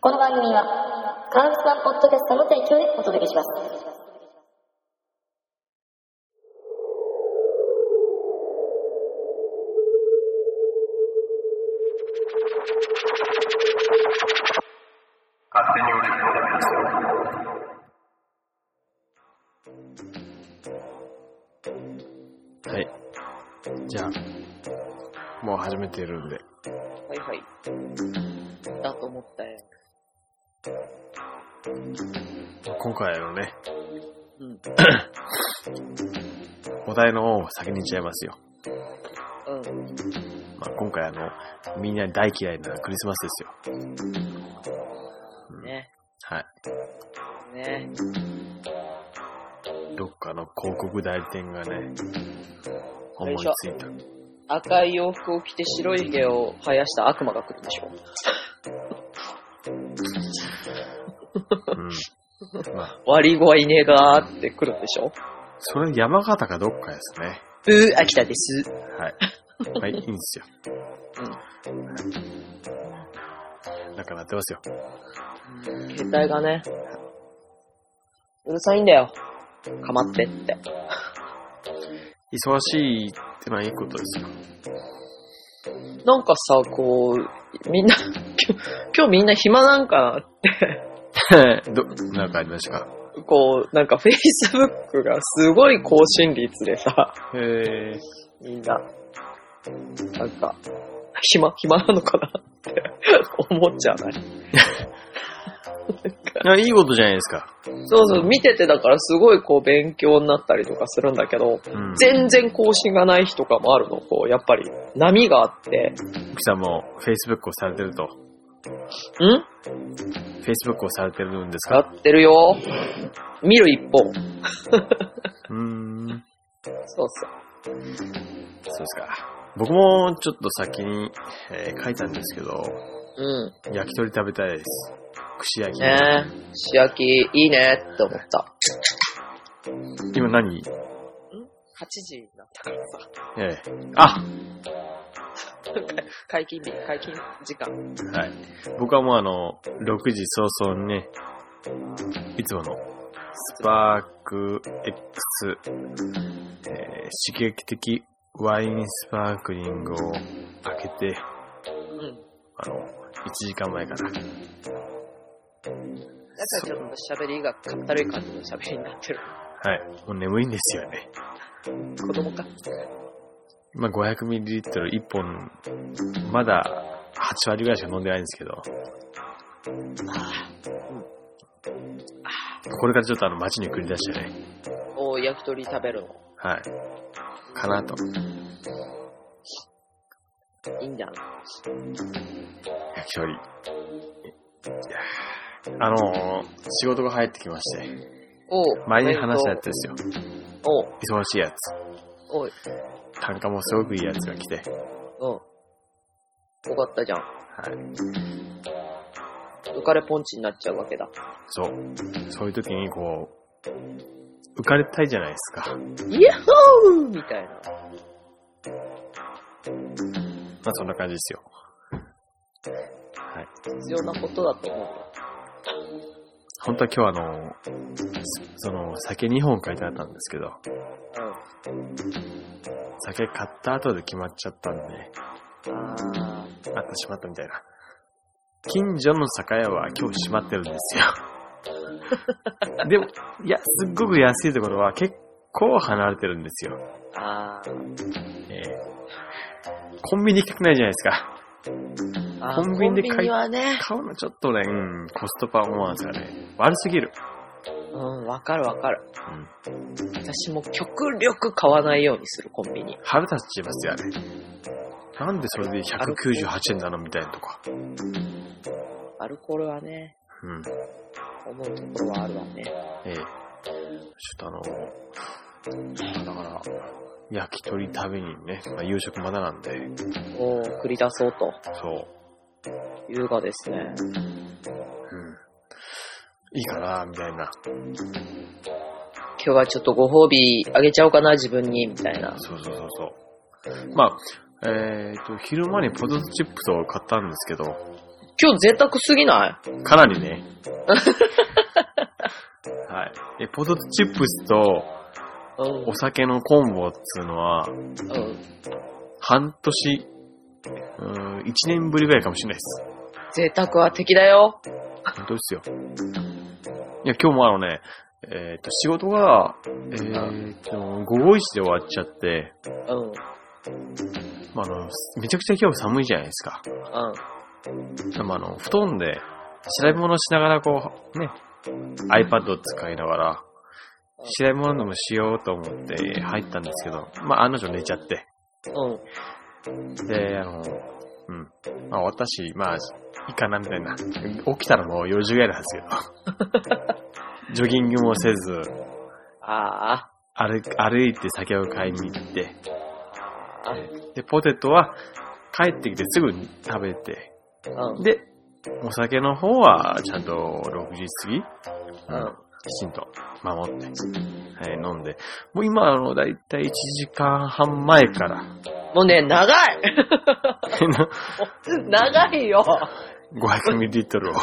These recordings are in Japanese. この番組は、カウスワンポッドキャストの提供でお届けします。勝手に売れるはい。じゃあ、もう始めてるんで。はいはい。だと思ったよ。今回のね、うん。お題の方を先に言っちゃいますよ。うん。まあ、今回あの、みんな大嫌いなクリスマスですよ。ね。はい。ね。どっかの広告代理店がね、思いついた。赤い洋服を着て白い毛を生やした悪魔が来るんでしょ。うん。まあ、悪い子はいねえがーって来るんでしょ。それ山形かどっかですね。うー、秋田です。 はい。はい、いいんですよ。だからなってますよ。うん。携帯がね、うるさいんだよ。かまってって。忙しいってのはいいことですよ。なんかさ、こう、みんな、 今日今日みんな暇なんかなど、なんかありましたかこう、なんか Facebook がすごい更新率でさ、へえ。みんな、なんか、暇、暇なのかなって 思っちゃわない。いやいいことじゃないですか。そうそう、見ててだからすごいこう勉強になったりとかするんだけうど、ん。全然更新がない日とかもあるの。こう、やっぱり波があって、奥さんも Facebook をされてると。ん Facebook をされてるんですやかってるよ。見る一方。うーん。そうそう。そうですか。僕もちょっと先に、えー書いたんですけど、う焼き鳥食べたいです。串焼ん。き。ねえ。仕焼き、いいねって思った。今何8時になったからさ。 ええあ解禁日、解禁時間。はい。僕はもうあの、6時早々にね、いつもの、スパーク X、えー刺激的ワインスパークリングを開けて、うん。あの、1時間前からだからちょっと喋りがかったるい感じの喋りになってる。はい。もう眠いんですよね。子供か。今 500ml1 本、まだ8割ぐらいしか飲んでないんですけど。これからちょっとあの街に繰り出してね。お焼き鳥食べるの。はい。かなと。いいんじゃない焼き鳥。いやーあのー、仕事が入ってきまして。お前に話したやつですよ。お忙しいやつ。おい。単価もすごくいいやつが来て。うん。よかったじゃん。はい。浮かれポンチになっちゃうわけだ。そう。そういう時にこう、浮かれたいじゃないですか。イエホーみたいな。まあそんな感じですよ。はい。必要なことだと思うよ。本当は今日あの、その、酒2本買いたかったんですけど、酒買った後で決まっちゃったんで、うん。ああってしまったみたいな。近所の酒屋は今日閉まってるんですよ。でも、いや、すっごく安いところは結構離れてるんですよ。ーあえーコンビニ行きたくないじゃないですか。ーあー。コンビニで買いコンビニはね。買うのちょっとね、うん、コストパフォーマンスがね、悪すぎる。うん、わかるわかる。うん。私も極力買わないようにする、コンビニ。腹立ちますよ、あれ。なんでそれで198円なのみたいなとか。アルコールはね、うん。思うところはあるわね。ええ。ちょっとあの、だから、焼き鳥食べにね、まあ、夕食まだなんで、おー繰り出そうと。そう、優雅ですね。うん。いいかな、みたいな。今日はちょっとご褒美あげちゃおうかな、自分に、みたいな。そうそうそうそう。まあ、えっ、と、昼間にポテトチップスを買ったんですけど、今日贅沢すぎなかなりね。はい。え、ポテトチップスというん。お酒のコンボっつうのは、うん。半年、うーん、1年ぶりぐらいかもしれないです。贅沢は敵だよ。本当ですよ。いや、今日もあのね、えっ、と、仕事が、えっ、と、午後一で終わっちゃって、うん。うん。まあ、あの、めちゃくちゃ今日寒いじゃないですか。まあ、あの、布団で、調べ物しながらこう、ね、iPad を使いながら、調べ物でもしようと思って入ったんですけど、まあ、案の定寝ちゃって。うん。で、あの、うん。まあ、私、まあ、いいかな、みたいな。起きたらもう4時ぐらいなんですけど。 ジョギングもせず、あ歩歩いて酒を買いに行って、あ。あで、ポテトは帰ってきてすぐに食べて、うん。で、お酒の方はちゃんと6時過ぎ、うん。きちんと守って、はい、飲んで、もう今、あの、だいたい1時間半前から、 もうね、長い 長いよ。 500ミリリット ルを、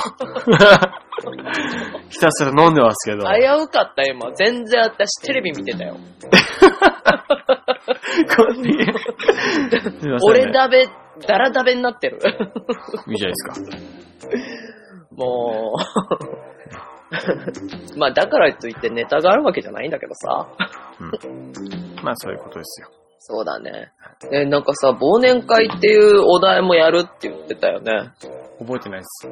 ひたすら飲んでますけど、危うかった今。全然私テレビ見てたよ。こんなにすいませんね俺だべ、だらだべになってる。 いいじゃないですか。もう。 まあだからといってネタがあるわけじゃないんだけどさ。まあ、そういうことですよ。そうだね。え、なんかさ、忘年会っていうお題もやるって言ってたよね。覚えてないです。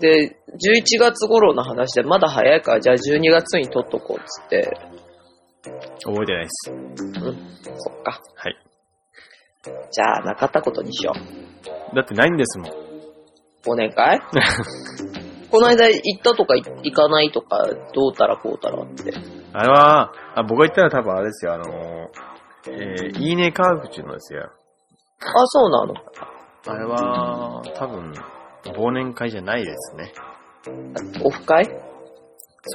で、11月頃の話でまだ早いから、じゃあ12月に撮っとこうっつって。覚えてないです。そっか。はい。じゃあなかったことにしよう。だってないんですもん。忘年会この間行ったとかい行かないとか、どうたらこうたらって。あれは、あ僕が言ったら多分あれですよ、あのー、えー、いいね科学中のですよ。あ、そうなの。あれは、多分、忘年会じゃないですね。オフ会そうで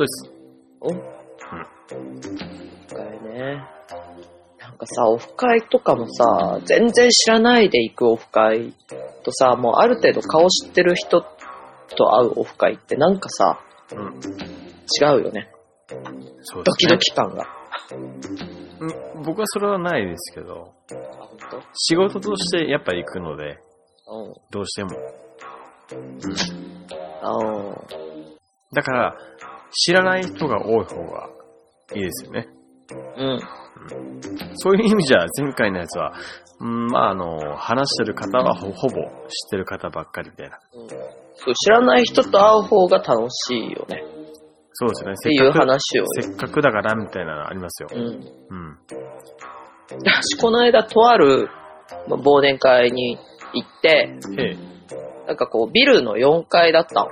す。オフ会ね。なんかさ、オフ会とかもさ、全然知らないで行くオフ会とさ、もうある程度顔知ってる人と会うオフ会ってなんかさ、うん。違うよね。そうです、ね。ドキドキ感が。うん僕はそれはないですけど、あ、ほんと仕事としてやっぱ行くので、うん。どうしても。あーだから、知らない人が多い方がいいですよね。うん。そういう意味じゃ、前回のやつは、うん、まあ、あの、話してる方はほほぼ知ってる方ばっかりみたいな。うんそう、知らない人と会う方が楽しいよね。そうですよね。っていうせっか話を。く、せっかくだからみたいなのありますよ。うん。うん。私、この間、とあるまあ忘年会に行って、えなんかこう、ビルの4階だったの。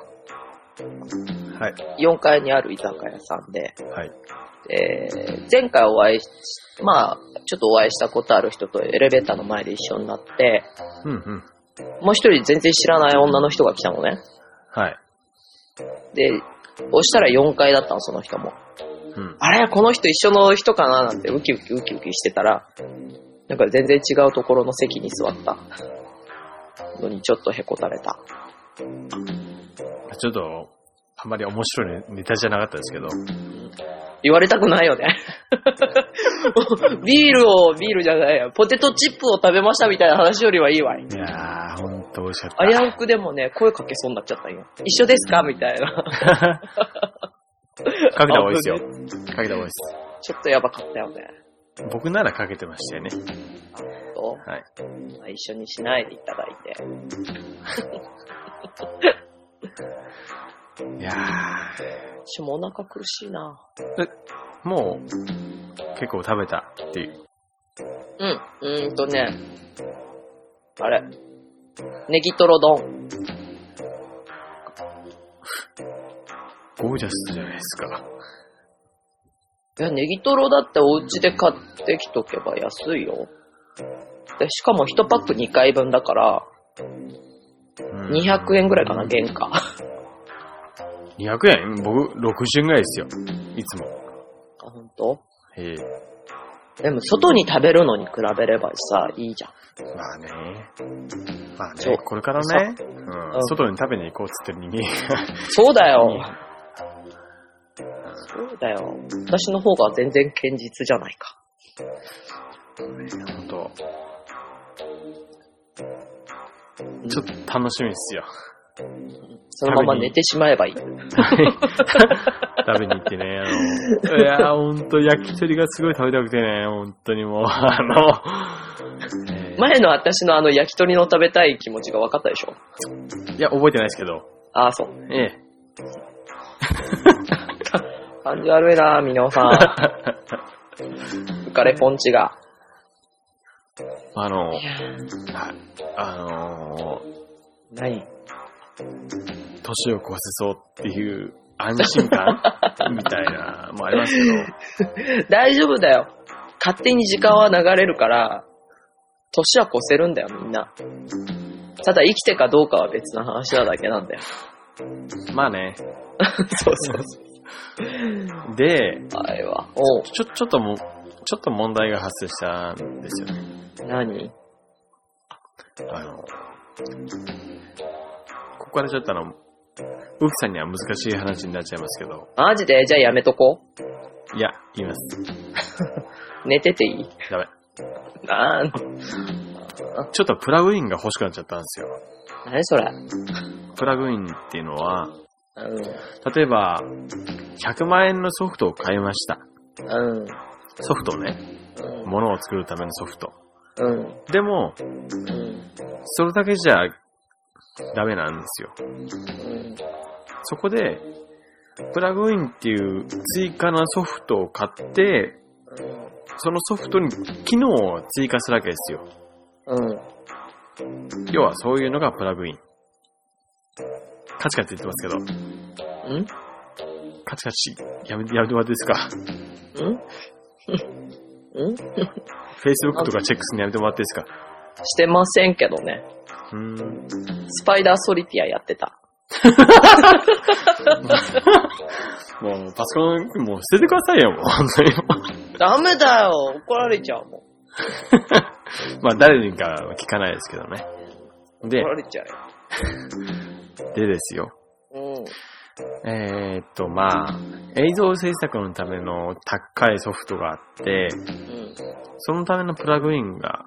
え、はい、 4階にある居酒屋さんで、はい、えー前回お会いし、まあ、ちょっとお会いしたことある人とエレベーターの前で一緒になって、うんうん、もう一人全然知らない女の人が来たのね。はい、で、押したら4階だったの、その人も。うん、あれこの人一緒の人かななんてウキウキウキウキしてたら、なんか全然違うところの席に座ったのにちょっとへこたれた。ちょっと、あんまり面白いネタじゃなかったですけど、言われたくないよね。 ビールを、ビールじゃないや、ポテトチップを食べましたみたいな話よりはいいわい。いやー、ほんと美味しかった。危うくでもね、声かけそうになっちゃったんよ。一緒ですかみたいな。 かけた方がいいですよ。かけた方がいいでちょっとやばかったよね。す。僕ならかけてましたよね。とはい。まあ一緒にしないでいただいて。いや私もお腹苦しいな。ー、もう、結構食べたっていう。うん、うーんとね、あれ、ネギトロ丼。ゴージャスじゃないですか。いや、ネギトロだってお家で買ってきとけば安いよ。でしかも1パック2回分だから、うん200円ぐらいかな、原価。あ、 200円僕、60円ぐらいですよ。いつも。ほんとええでも、外に食べるのに比べればさ、いいじゃん。まあね。まあそうね、これからね、ううんん、外に食べに行こうっつってる人間が。そうだよ。そうだよ。私の方が全然堅実じゃないか。ほんとうんちょっと楽しみです よ。そのまま寝てしまえばいい。食べに行ってね、あの、いやー、ほんと焼き鳥がすごい食べたくてね、ほんとにもう、あの、えー前の私のあの焼き鳥の食べたい気持ちが分かったでしょいや、覚えてないですけど、ああ、そう。ええ。感じ悪いな、みのさん。浮かれポンチが。あの、はいいやあの何ー、年を越せそうっていう安心感みたい な、もありますけど、大丈夫だよ。勝手に時間は流れるから、年は越せるんだよ、みんな。ただ生きてかどうかは別の話なだけなんだよ。まあね。そうそうそで、う。あれは。おう。ちょ、ちょっとも、ちょっと問題が発生したんですよね。何あの、ここからちょっとあの、ウキさんには難しい話になっちゃいますけど、マジでじゃあやめとこいや、言います。う。寝てていいダメ。なんちょっとプラグインが欲しくなっちゃったんですよ。何それ。プラグインっていうのは、うん。例えば、100万円のソフトを買いました。うん。ソフトね。うん。ものを作るためのソフト。うん。でも、うん。それだけじゃダメなんですよ。うん。そこで、プラグインっていう追加のソフトを買って、そのソフトに機能を追加するわけですよ。うん。要はそういうのがプラグイン。カチカチ言ってますけど、うんカチカチ、やめて、やめてもらっていいですかうんうん ?Facebook とかチェックするのやめてもらっていいですかしてませんけどね。うーん。スパイダーソリティアやってた。もうパソコン、もう捨ててくださいよ、もう。本当に。ダメだよ怒られちゃうもん。まあ誰にかは聞かないですけどね。で怒、られちゃでですよ。うよ。うん。えー、っと、まあ、映像制作のための高いソフトがあって、うん。そのためのプラグインが、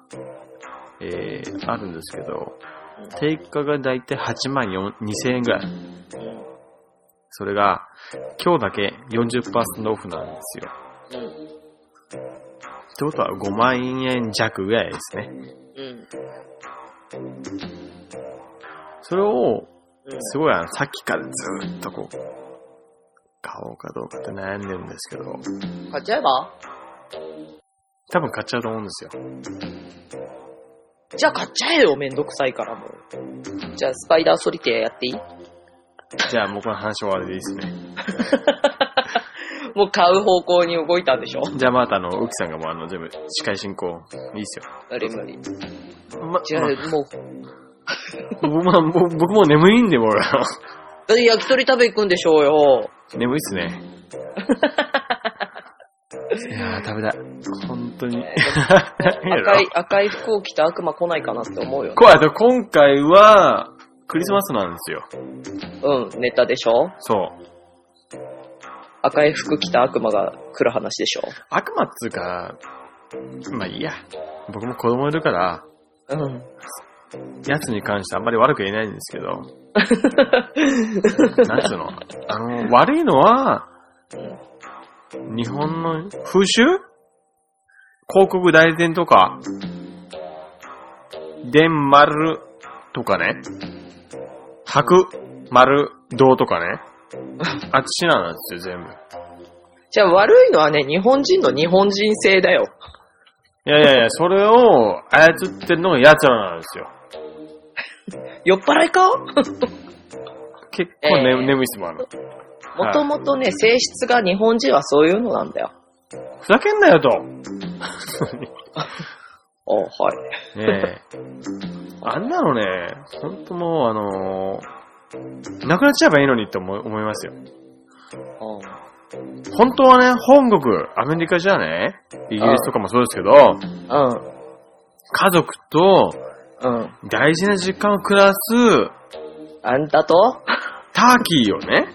えー、あるんですけど、定価がだいたい8万2000円ぐらい。それが、今日だけ40%オフなんですよ。うん。ってことは5万円弱ぐらいですね。うん。それを、うん。すごいあの、さっきからずーっとこう、買おうかどうかって悩んでるんですけど、買っちゃえば多分買っちゃうと思うんですよ。じゃあ買っちゃえよ、めんどくさいからもう。じゃあスパイダーソリティアやっていいじゃあもうこの話終わりでいいですね。もう買う方向に動いたんでしょじゃあまたあの、ウキさんがもうあの、全部、司会進行、いいっすよ。無理無理。ま、違う、もう、まあ、僕も、僕僕も眠いんで、もう俺。だって焼き鳥食べ行くんでしょうよ。眠いっすね。いやー、食べたい。本当に。赤い、赤い服を着た悪魔来ないかなって思うよね。こうやって今回は、クリスマスなんですよ。うん、ネタでしょそう。赤い服着た悪魔が来る話でしょ悪魔っつうか、まあいいや。僕も子供いるから、うん。奴に関してあんまり悪く言えないんです けど。なんつうのあの、悪いのは、日本の風習広告代理店とか、電丸とかね、白丸堂とかね、あっちなんですよ、全部。じゃあ悪いのはね、日本人の日本人性だよ。いやいやいや、それを操ってるのが奴らなんですよ。酔っ払いか結構ね、えー眠いっすもんあの。もともとね、性質が日本人はそういうのなんだよ。ふざけんなよと。あはい。ねえ。あんなのね、ほんともう、あのーなくなっちゃえばいいのにって思い思いますよ。う本当はね、本国、アメリカじゃね、イギリスとかもそうですけど、うん。家族とうん。大事な時間を暮らすあんたとターキーをね、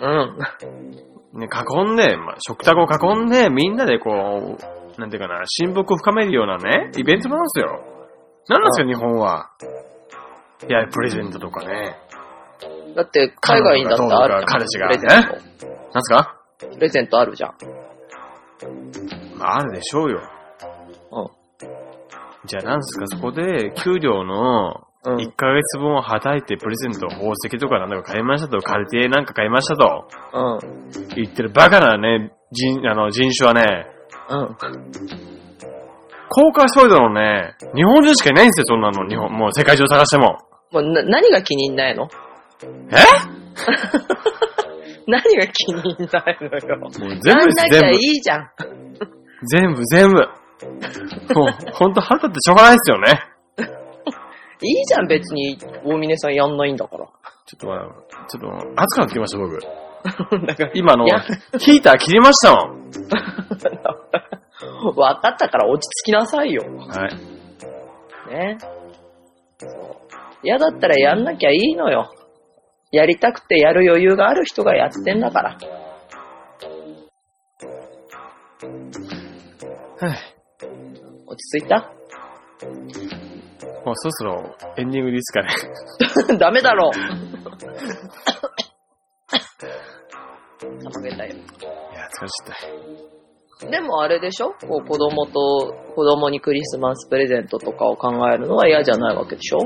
うん。ね、囲んで、まあ、食卓を囲んで、みんなでこう、なんていうかな、親睦を深めるようなね、イベントなんですよ。なんなんですか、日本は。いや、プレゼントとかね。だって、海外にだってある彼女がプレゼンなんすかト。プレゼントあるじゃん。まあ、あるでしょうよ。うじゃあ、なんすか、そこで、給料の、ん。うん。 1ヶ月分をはたいて、プレゼント、宝石とかなんだか買いましたと、カルティエなんか買いましたと、うん。言ってるバカなね、人、あの、人種はね、うん。公開しといたのね、日本人しかいないんですよ、そんなの、日本、もう世界中探しても。もうな、何が気に入んないのえ 何が気に入んないのよ。もう全部やんですなきゃい全いじゃん。部。全部、全部。もう、ほんと腹立ってしょうがないですよね。いいじゃん、別に。大峰さんやんないんだから。 ちょっとまあ、ちょっと、熱くなってきました、僕。 だから、今のいや、ヒーター切りましたもん。分かったから落ち着きなさいよ。はい。ね。嫌だったらやんなきゃいいのよ。やりたくてやる余裕がある人がやってんだから。はい落ち着いたもうそろそろエンディングです かね。 ダメだろう。たまげたよ。いや、疲れちゃった。でもあれでしょこう子供と、子供にクリスマスプレゼントとかを考えるのは嫌じゃないわけでしょ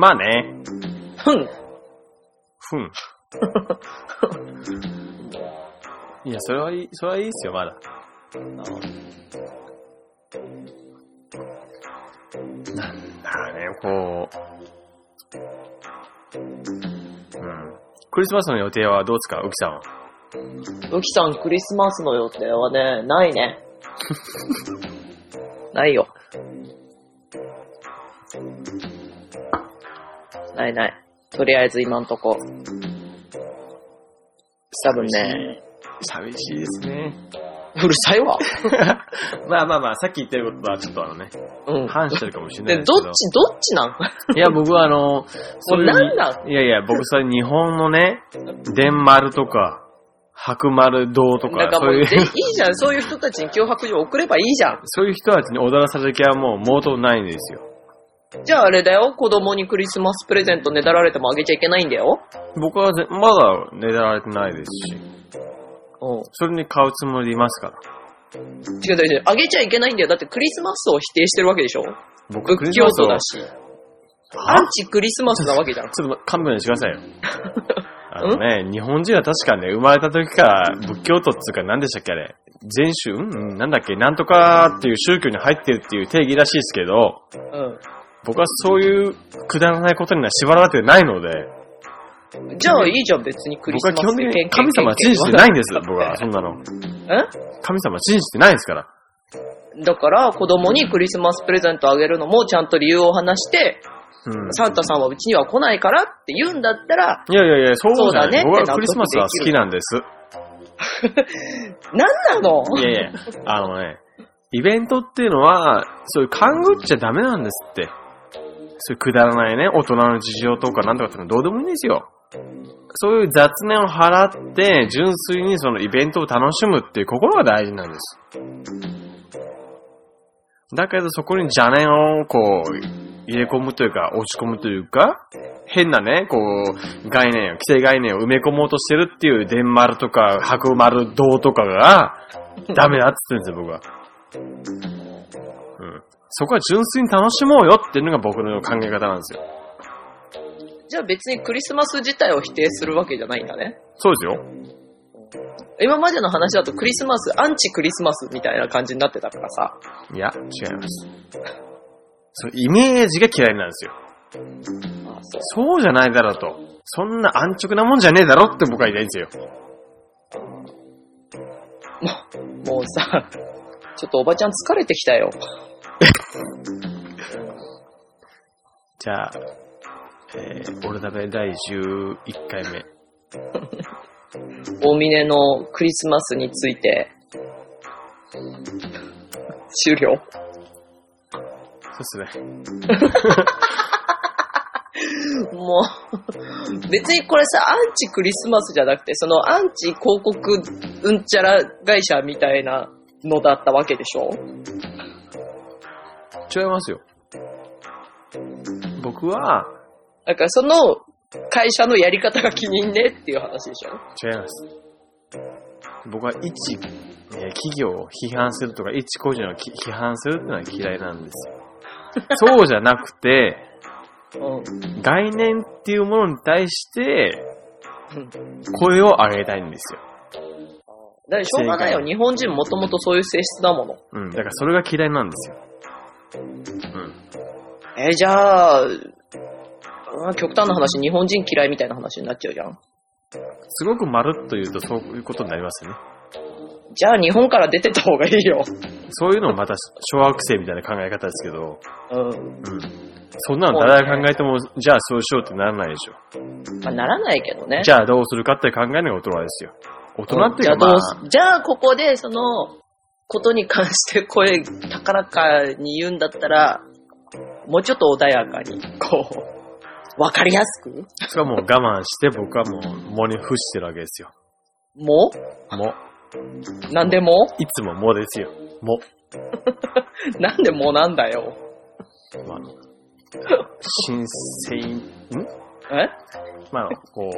まあね。ふん。ふん。 いや、それはいい、それはいいっすよ、まだ。なんだかね、こう。うん。クリスマスの予定はどうですか、浮さんは。うきさん、クリスマスの予定はね、ないね。ないよ。ないない。とりあえず今んとこ。多分ね、寂しいですね。うるさいわ。まあまあまあ、さっき言ってることはちょっとあのね、うん。反してるかもしれないで、でどっすち、けどど。っちなんい や、僕はあの、そういうなんなんいやいや、僕それ日本のね、伝丸とか、白丸堂と なかん、かそもうう、い、でいういじゃん。そういう人たちに脅迫状送ればいいじゃん。 そういう人たちに踊らされる気はもう毛頭ないんですよ。じゃああれだよ。子供にクリスマスプレゼントねだられてもあげちゃいけないんだよ。僕はぜまだねだられてないですし、うん。それに買うつもりでいますから。違う違う違う。あげちゃいけないんだよ。だってクリスマスを否定してるわけでしょ僕、ク仏リスマ教ス徒をだし。アンチクリスマスなわけじゃん。ちょっと勘弁してくだ さいよ。あのね、日本人は確かね、生まれた時から仏教徒っつうか何でしたっけあれ、全宗、うんうん、なんだっけ、なんとかっていう宗教に入ってるっていう定義らしいですけど、う僕はそういうくだらないことには縛られてないので、ん。じゃあいいじゃん、別にクリ僕は基スマス本で的ケンケンに神ケンケン様は信じてないんです、僕は、そんなの。神様は信じてないですから。えだから、子供にクリスマスプレゼントあげるのもちゃんと理由を話して、うん。サンタさんはうちには来ないからって言うんだったら、いやいやいや、そうじゃそうだねなっい。て僕はクリスマスは好きなんです。なんなのいやいや、あのね、イベントっていうのは、そういう勘ぐっちゃダメなんですって。そういうくだらないね、大人の事情とかなんとかってのはどうでもいいんですよ。そういう雑念を払って、純粋にそのイベントを楽しむっていう心が大事なんです。だけどそこに邪念をこう、入れ込むというか、落ち込むというか、変なね、こう、概念を、既成概念を埋め込もうとしてるっていう、伝丸とか、白丸堂とかが、ダメだって言ってるんですよ、僕は。うん。そこは純粋に楽しもうよっていうのが僕の考え方なんですよ。じゃあ別にクリスマス自体を否定するわけじゃないんだね。そうですよ。今までの話だとクリスマス、アンチクリスマスみたいな感じになってたからさ。いや、違います。そう、イメージが嫌いなんですよ。あそうそうじゃないだろうと。そんな安直なもんじゃねえだろって僕は言いたいんですよ。もうさ、ちょっとおばちゃん疲れてきたよ。じゃあ、えー、オルダベ第11回目。大峰のクリスマスについて、終了。そうですね。もう、別にこれさ、アンチクリスマスじゃなくて、そのアンチ広告うんちゃら会社みたいなのだったわけでしょ違いますよ。僕は、だからその会社のやり方が気に入んねっていう話でしょ違います。僕は一、えー企業を批判するとか、一個人をき批判するってのは嫌いなんですよ。そうじゃなくて、うん。概念っていうものに対して、声を上げたいんですよ。だってしょうがないよ。日本人もともとそういう性質だもの。うん。だからそれが嫌いなんですよ。うん。えーじゃあ、うん極端な話、日本人嫌いみたいな話になっちゃうじゃん。すごくまるっと言うとそういうことになりますよね。じゃあ日本から出てった方がいいよ。そういうのもまた小学生みたいな考え方ですけど、ううん。ん。そんなの誰が考えても、じゃあそうしようってならないでしょ。まあ、ならないけどね。じゃあどうするかって考えるのが大人ですよ。大人ってじいゃうか、まあどうあ、すじゃあここでそのことに関して声高らかに言うんだったら、もうちょっと穏やかに、こう、わかりやすくそれはもう我慢して僕はもう、もに伏してるわけですよ。もも。なんでもいつももですよ。も。なんでもなんだよ。まあ、新鮮、んえまあ、こ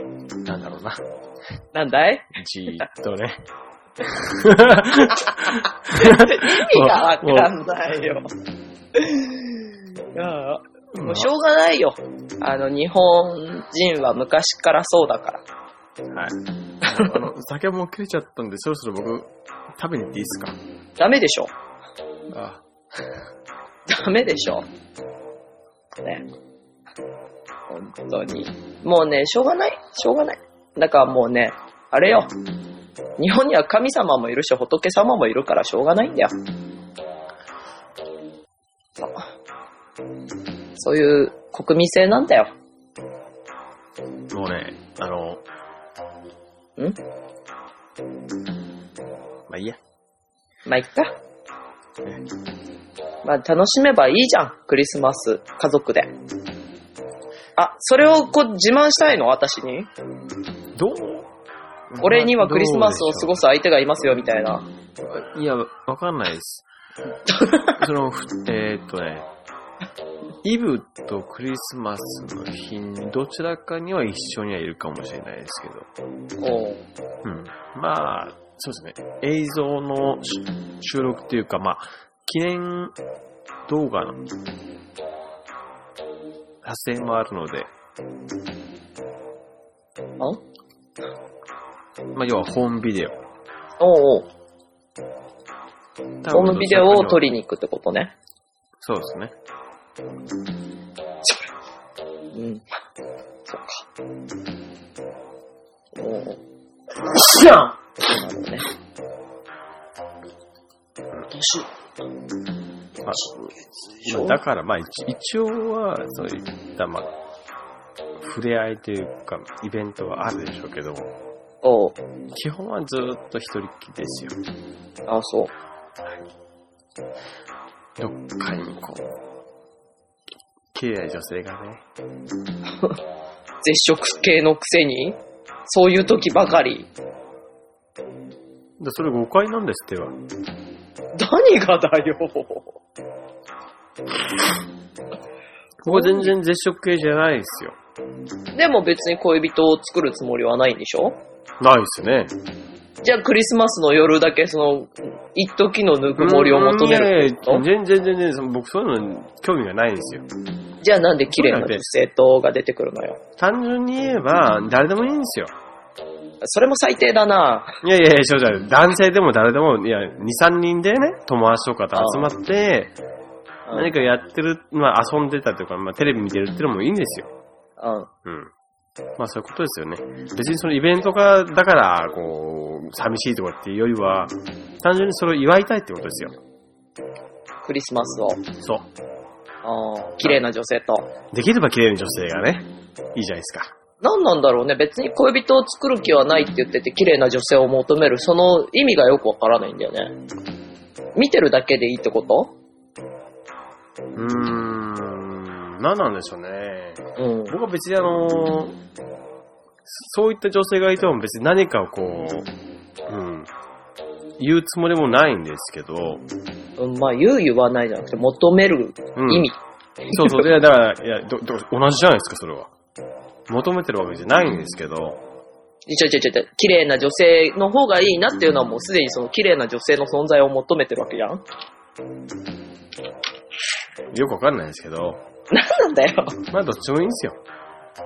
う、なんだろうな。なんだいじーっとね。意味がわかんないよ。いやもうしょうがないよ。あの、日本人は昔からそうだから。はい。あの、酒も切れちゃったんで、そろそろ僕、食べに行っていいですかダメでしょ。あダメでしょ。ね。本当に。もうね、しょうがない。しょうがない。だからもうね、あれよ。日本には神様もいるし、仏様もいるからしょうがないんだよ。そう。そういう国民性なんだよ。もうね、あの、んまあいいや。まあ、いっか。まあ、楽しめばいいじゃん。クリスマス、家族で。あ、それをこう自慢したいの私に。どう俺にはクリスマスを過ごす。す相手がいますよ、みたいな。いや、わかんない です。その、ふえーっとね、イブとクリスマスの日にどちらかには一緒にはいるかもしれないですけど。おううん。まあ、そうですね。映像のし収録っていうか、まあ、記念動画の撮影もあるので、あまあ、要はホームビデオ。おうおうホホームビデオを撮りに行くってことね。そうですね。うん。そっか。おうおうじゃんそうなるね。年。まあまあだから、まあ、一一応は、そういった、まあ、触れ合いというか、イベントはあるでしょうけど、おう基本はずっと一人っきりですよ。あ、そう。どっかにこう、綺麗な女性がね、絶食系のくせに、そういう時ばかり。でそれ誤解なんですっては。何がだよ。ここ全然絶食系じゃないですよ。でも別に恋人を作るつもりはないんでしょないですね。じゃあクリスマスの夜だけその、一時のぬくもりを求めるってことうんいやいや全然全然、その僕そういうの興味がないんですよ。じゃあなんで綺麗な女性とが出てくるのよ。単純に言えば、誰でもいいんですよ。それも最低だないやいやいや、そうじゃない男性でも誰でも、いや、2、3人でね、友達とかと集まって、何かやってる、まあ遊んでたとか、まあテレビ見てるってのもいいんですよ。うん。うん。まあそういうことですよね。別にそのイベントが、だから、こう、寂しいとかっていうよりは、単純にそれを祝いたいってことですよ。クリスマスを。そう。うん。綺麗な女性と。できれば綺麗な女性がね、いいじゃないですか。何なんだろうね。別に恋人を作る気はないって言ってて、綺麗な女性を求める、その意味がよくわからないんだよね。見てるだけでいいってことうーん、何なんでしょうね。うん。僕は別にあの、そういった女性がいても別に何かをこう、うん、言うつもりもないんですけど、うん、まあ、言う言わないじゃなくて、求めるうん、意味。そうそう、いや、だから、いや、ど、ど、同じじゃないですか、それは。求めてるわけじゃないんですけど、ちょちょちょちょ、綺麗な女性の方がいいなっていうのはもうすでにその綺麗な女性の存在を求めてるわけじゃん よくわかんないですけど、なんだよ。まあ、どっちもいいんですよ。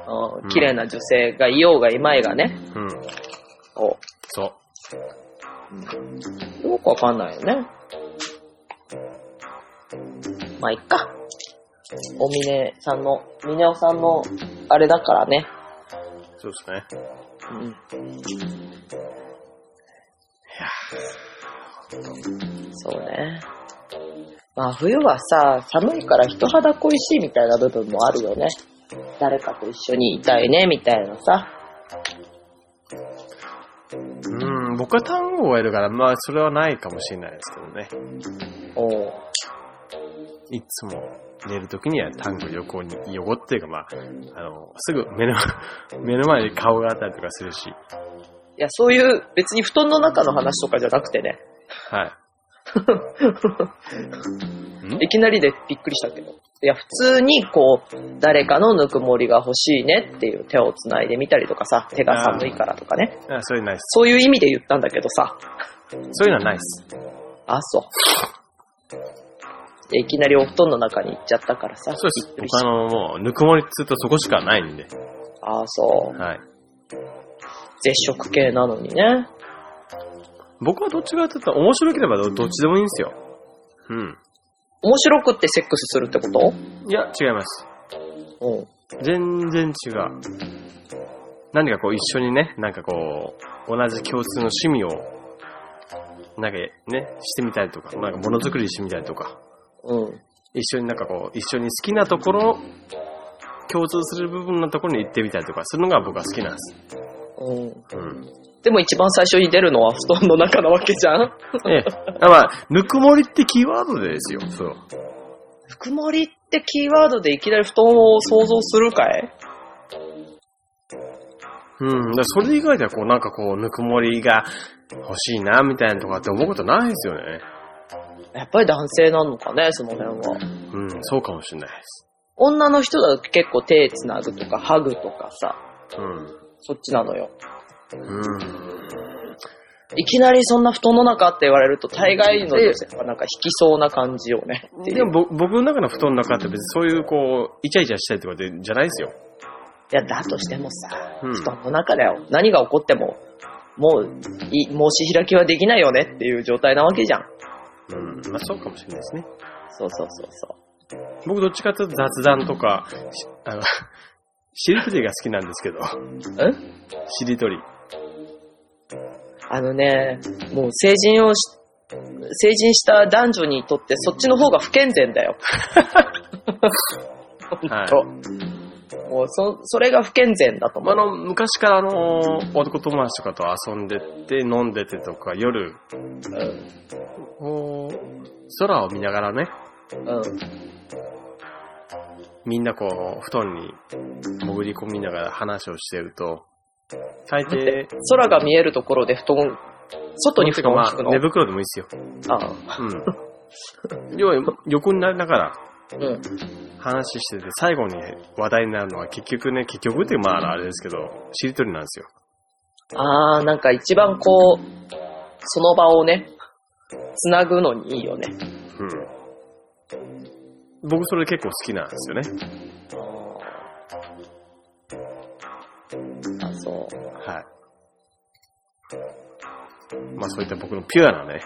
ううんん綺麗な女性がいようがいまいがね。うん、こそうよくわかんないよね。まあ、いっか。おみねさんの、みねおさんの、あれだからね。う。そうですね。うん。そうね。まあ冬はさ、寒いから人肌恋しいみたいな部分もあるよね。誰かと一緒にいたいね、みたいなさ。うん、僕は単語を得るから、まあ、それはないかもしれないですけどね。おういつも寝るときには単語横に、横っていうかまあ、あの、すぐ目の、 目の前に顔があったりとかするし、いや、そういう、別に布団の中の話とかじゃなくてね。 はい。んいきなりでびっくりしたけど。いや、普通に、こう、誰かのぬくもりが欲しいねっていう手を繋いでみたりとかさ、手が寒いからとかね。あそういうのないです。そういう意味で言ったんだけどさ。そういうのはないです。あ、そう。でいきなりお布団の中に行っちゃったからさ。そうです。びっくり僕しあの、もう、ぬくもりっつうとそこしかないんで、たあ、そう。はい。絶食系なのにね。僕はどっちがって言ったら面白ければどどっちでもいいんですよ。うん。面白くってセックスするってこといや、違います。うん。全然違う。何かこう一緒にね、なんかこう、同じ共通の趣味を、なんかね、してみたりとか、なんかものづくりしてみたりとか、うん。一緒になんかこう、一緒に好きなところ、共通する部分のところに行ってみたりとかするのが僕は好きなんです。うん。 うん。でも一番最初に出るのは布団の中なわけじゃん ええ。あまあ、ぬくもりってキーワードでですよ。そう。ぬくもりってキーワードでいきなり布団を想像するかいうん。だからそれ以外ではこう、なんかこう、ぬくもりが欲しいな、みたいなとかって思うことないですよね。やっぱり男性なのかね、その辺は。うん、そうかもしれないです。女の人だと結構手つなぐとか、ハグとかさ、うん。そっちなのよ。うん。いきなりそんな布団の中って言われると、大概の女性はなんか引きそうな感じよね。っていでうもぼ僕の中の布団の中って別にそういうこう、イチャイチャしたりとかでじゃないですよ。いや、だとしてもさ、うん布団の中だよ。何が起こっても、もうい、申し開きはできないよねっていう状態なわけじゃん。うん。まあそうかもしれないですね。そうそうそうそ僕どっちかというと雑談とか、しあの、 しりとりが好きなんですけど。う。んしりとり。あのね、もう成人をし、成人した男女にとってそっちの方が不健全だよ。はいともうそ、それが不健全だと思まあ、う。あの、昔からあの、男友達とかと遊んでて、飲んでてとか、夜、こう、空を見ながらね、うん。みんなこう、布団に潜り込みながら話をしてると、大抵、空が見えるところで布団、外に布団をま敷あくの。寝袋でもいいですよ。あ うん。要は、横になりながらあうん。話してて、最後に話題になるのは結局ね、結局って、まああれですけど、しりとりなんですよ。ああ、なんか一番こう、その場をね、つなぐのにいいよね。うん。僕それ結構好きなんですよね。あそう。はい。まあそういった僕のピュアなね、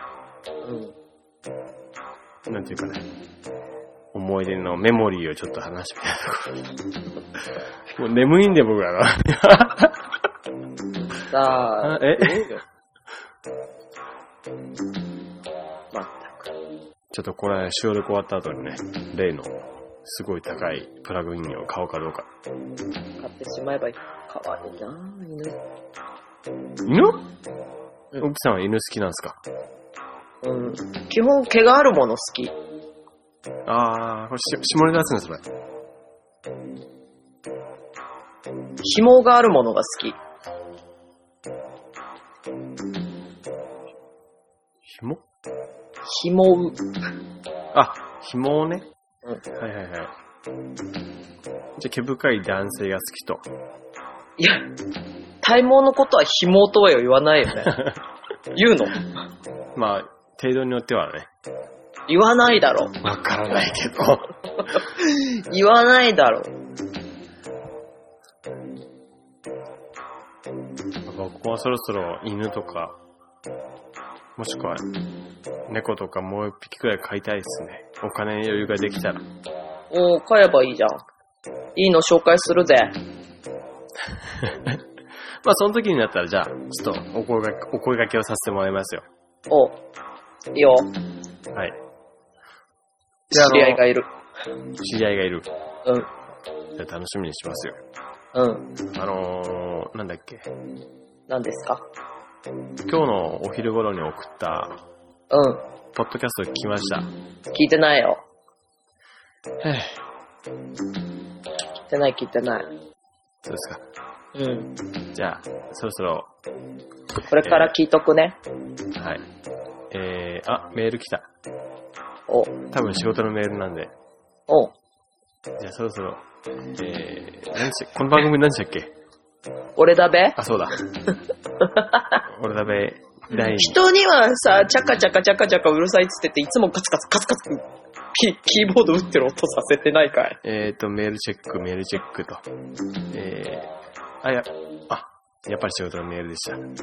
うん。なんていうかね、思い出のメモリーをちょっと話してみたいと ころ。もう眠いんで僕らが。さあ、あえどうよまったく。ちょっとこれ収録終わった後にね、例のすごい高いプラグインを買おうかどうか。買ってしまえばいい。かわいいなぁ、犬。犬うん奥さんは犬好きなんですかうん。基本、毛があるもの好き。あー、これし、下ネタですね、それ。紐があるものが好き。紐紐う。あ、紐をね。うんはいはいはい。じゃあ、毛深い男性が好きと。いや、体毛のことは紐とは言わないよね。言うのまあ、程度によってはね。言わないだろ。わからないけど。言わないだろ。僕はそろそろ犬とか、もしくは猫とかもう一匹くらい飼いたいですね。お金に余裕ができたら。おー、買えばいいじゃん。いいの紹介するぜ。まあその時になったらじゃあ、ちょっとお声がお声掛けをさせてもらいますよ。おいいよ。はい。じゃあ知り合いがいる。知り合いがいる。じうん。ゃあ楽しみにしますよ。うん。あのー、なんだっけ。何ですか今日のお昼頃に送った、うん。ポッドキャスト聞きました。聞いてないよ。はい。聞いてない聞いてない。そうですか。うん。じゃあ、そろそろ、これから聞いとくね。はい。えー、あ、メール来た。お、多分仕事のメールなんで。お、じゃあそろそろ、えー、何でしたこの番組何でしたっけ俺だべあ、 そうだ。俺だべ、第2人にはさ、チャカチャカチャカチャカうるさいっつってて、いつもカツカツカツカツキキーボード打ってる音させてないかい。えっ、と、メールチェック、メールチェックと。えー、あ、や、あ、やっぱり仕事のメールでした。うん。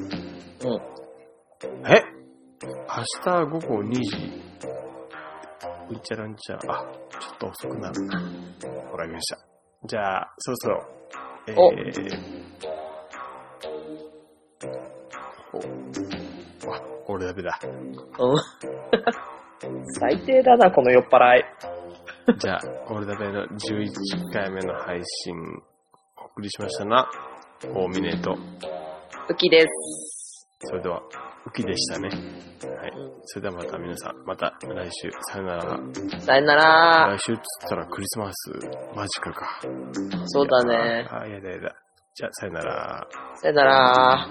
え明日午後2時、うんちゃらんちゃ、あ、ちょっと遅くなる。わかりました。じゃあ、そろそろ、えー、おおわ俺だけだ。うん。 最低だな、この酔っ払い。じゃあ、俺だけの11回目の配信、お送りしましたな。大峰と。ウキです。。それでは、ウキでしたね。はいうんそれではまた皆さん、また来週、さよなら。さよなら。来週っつったらクリスマス、マジかか。そうだね。あ、やだやだ。じゃあ、さよなら。さよなら。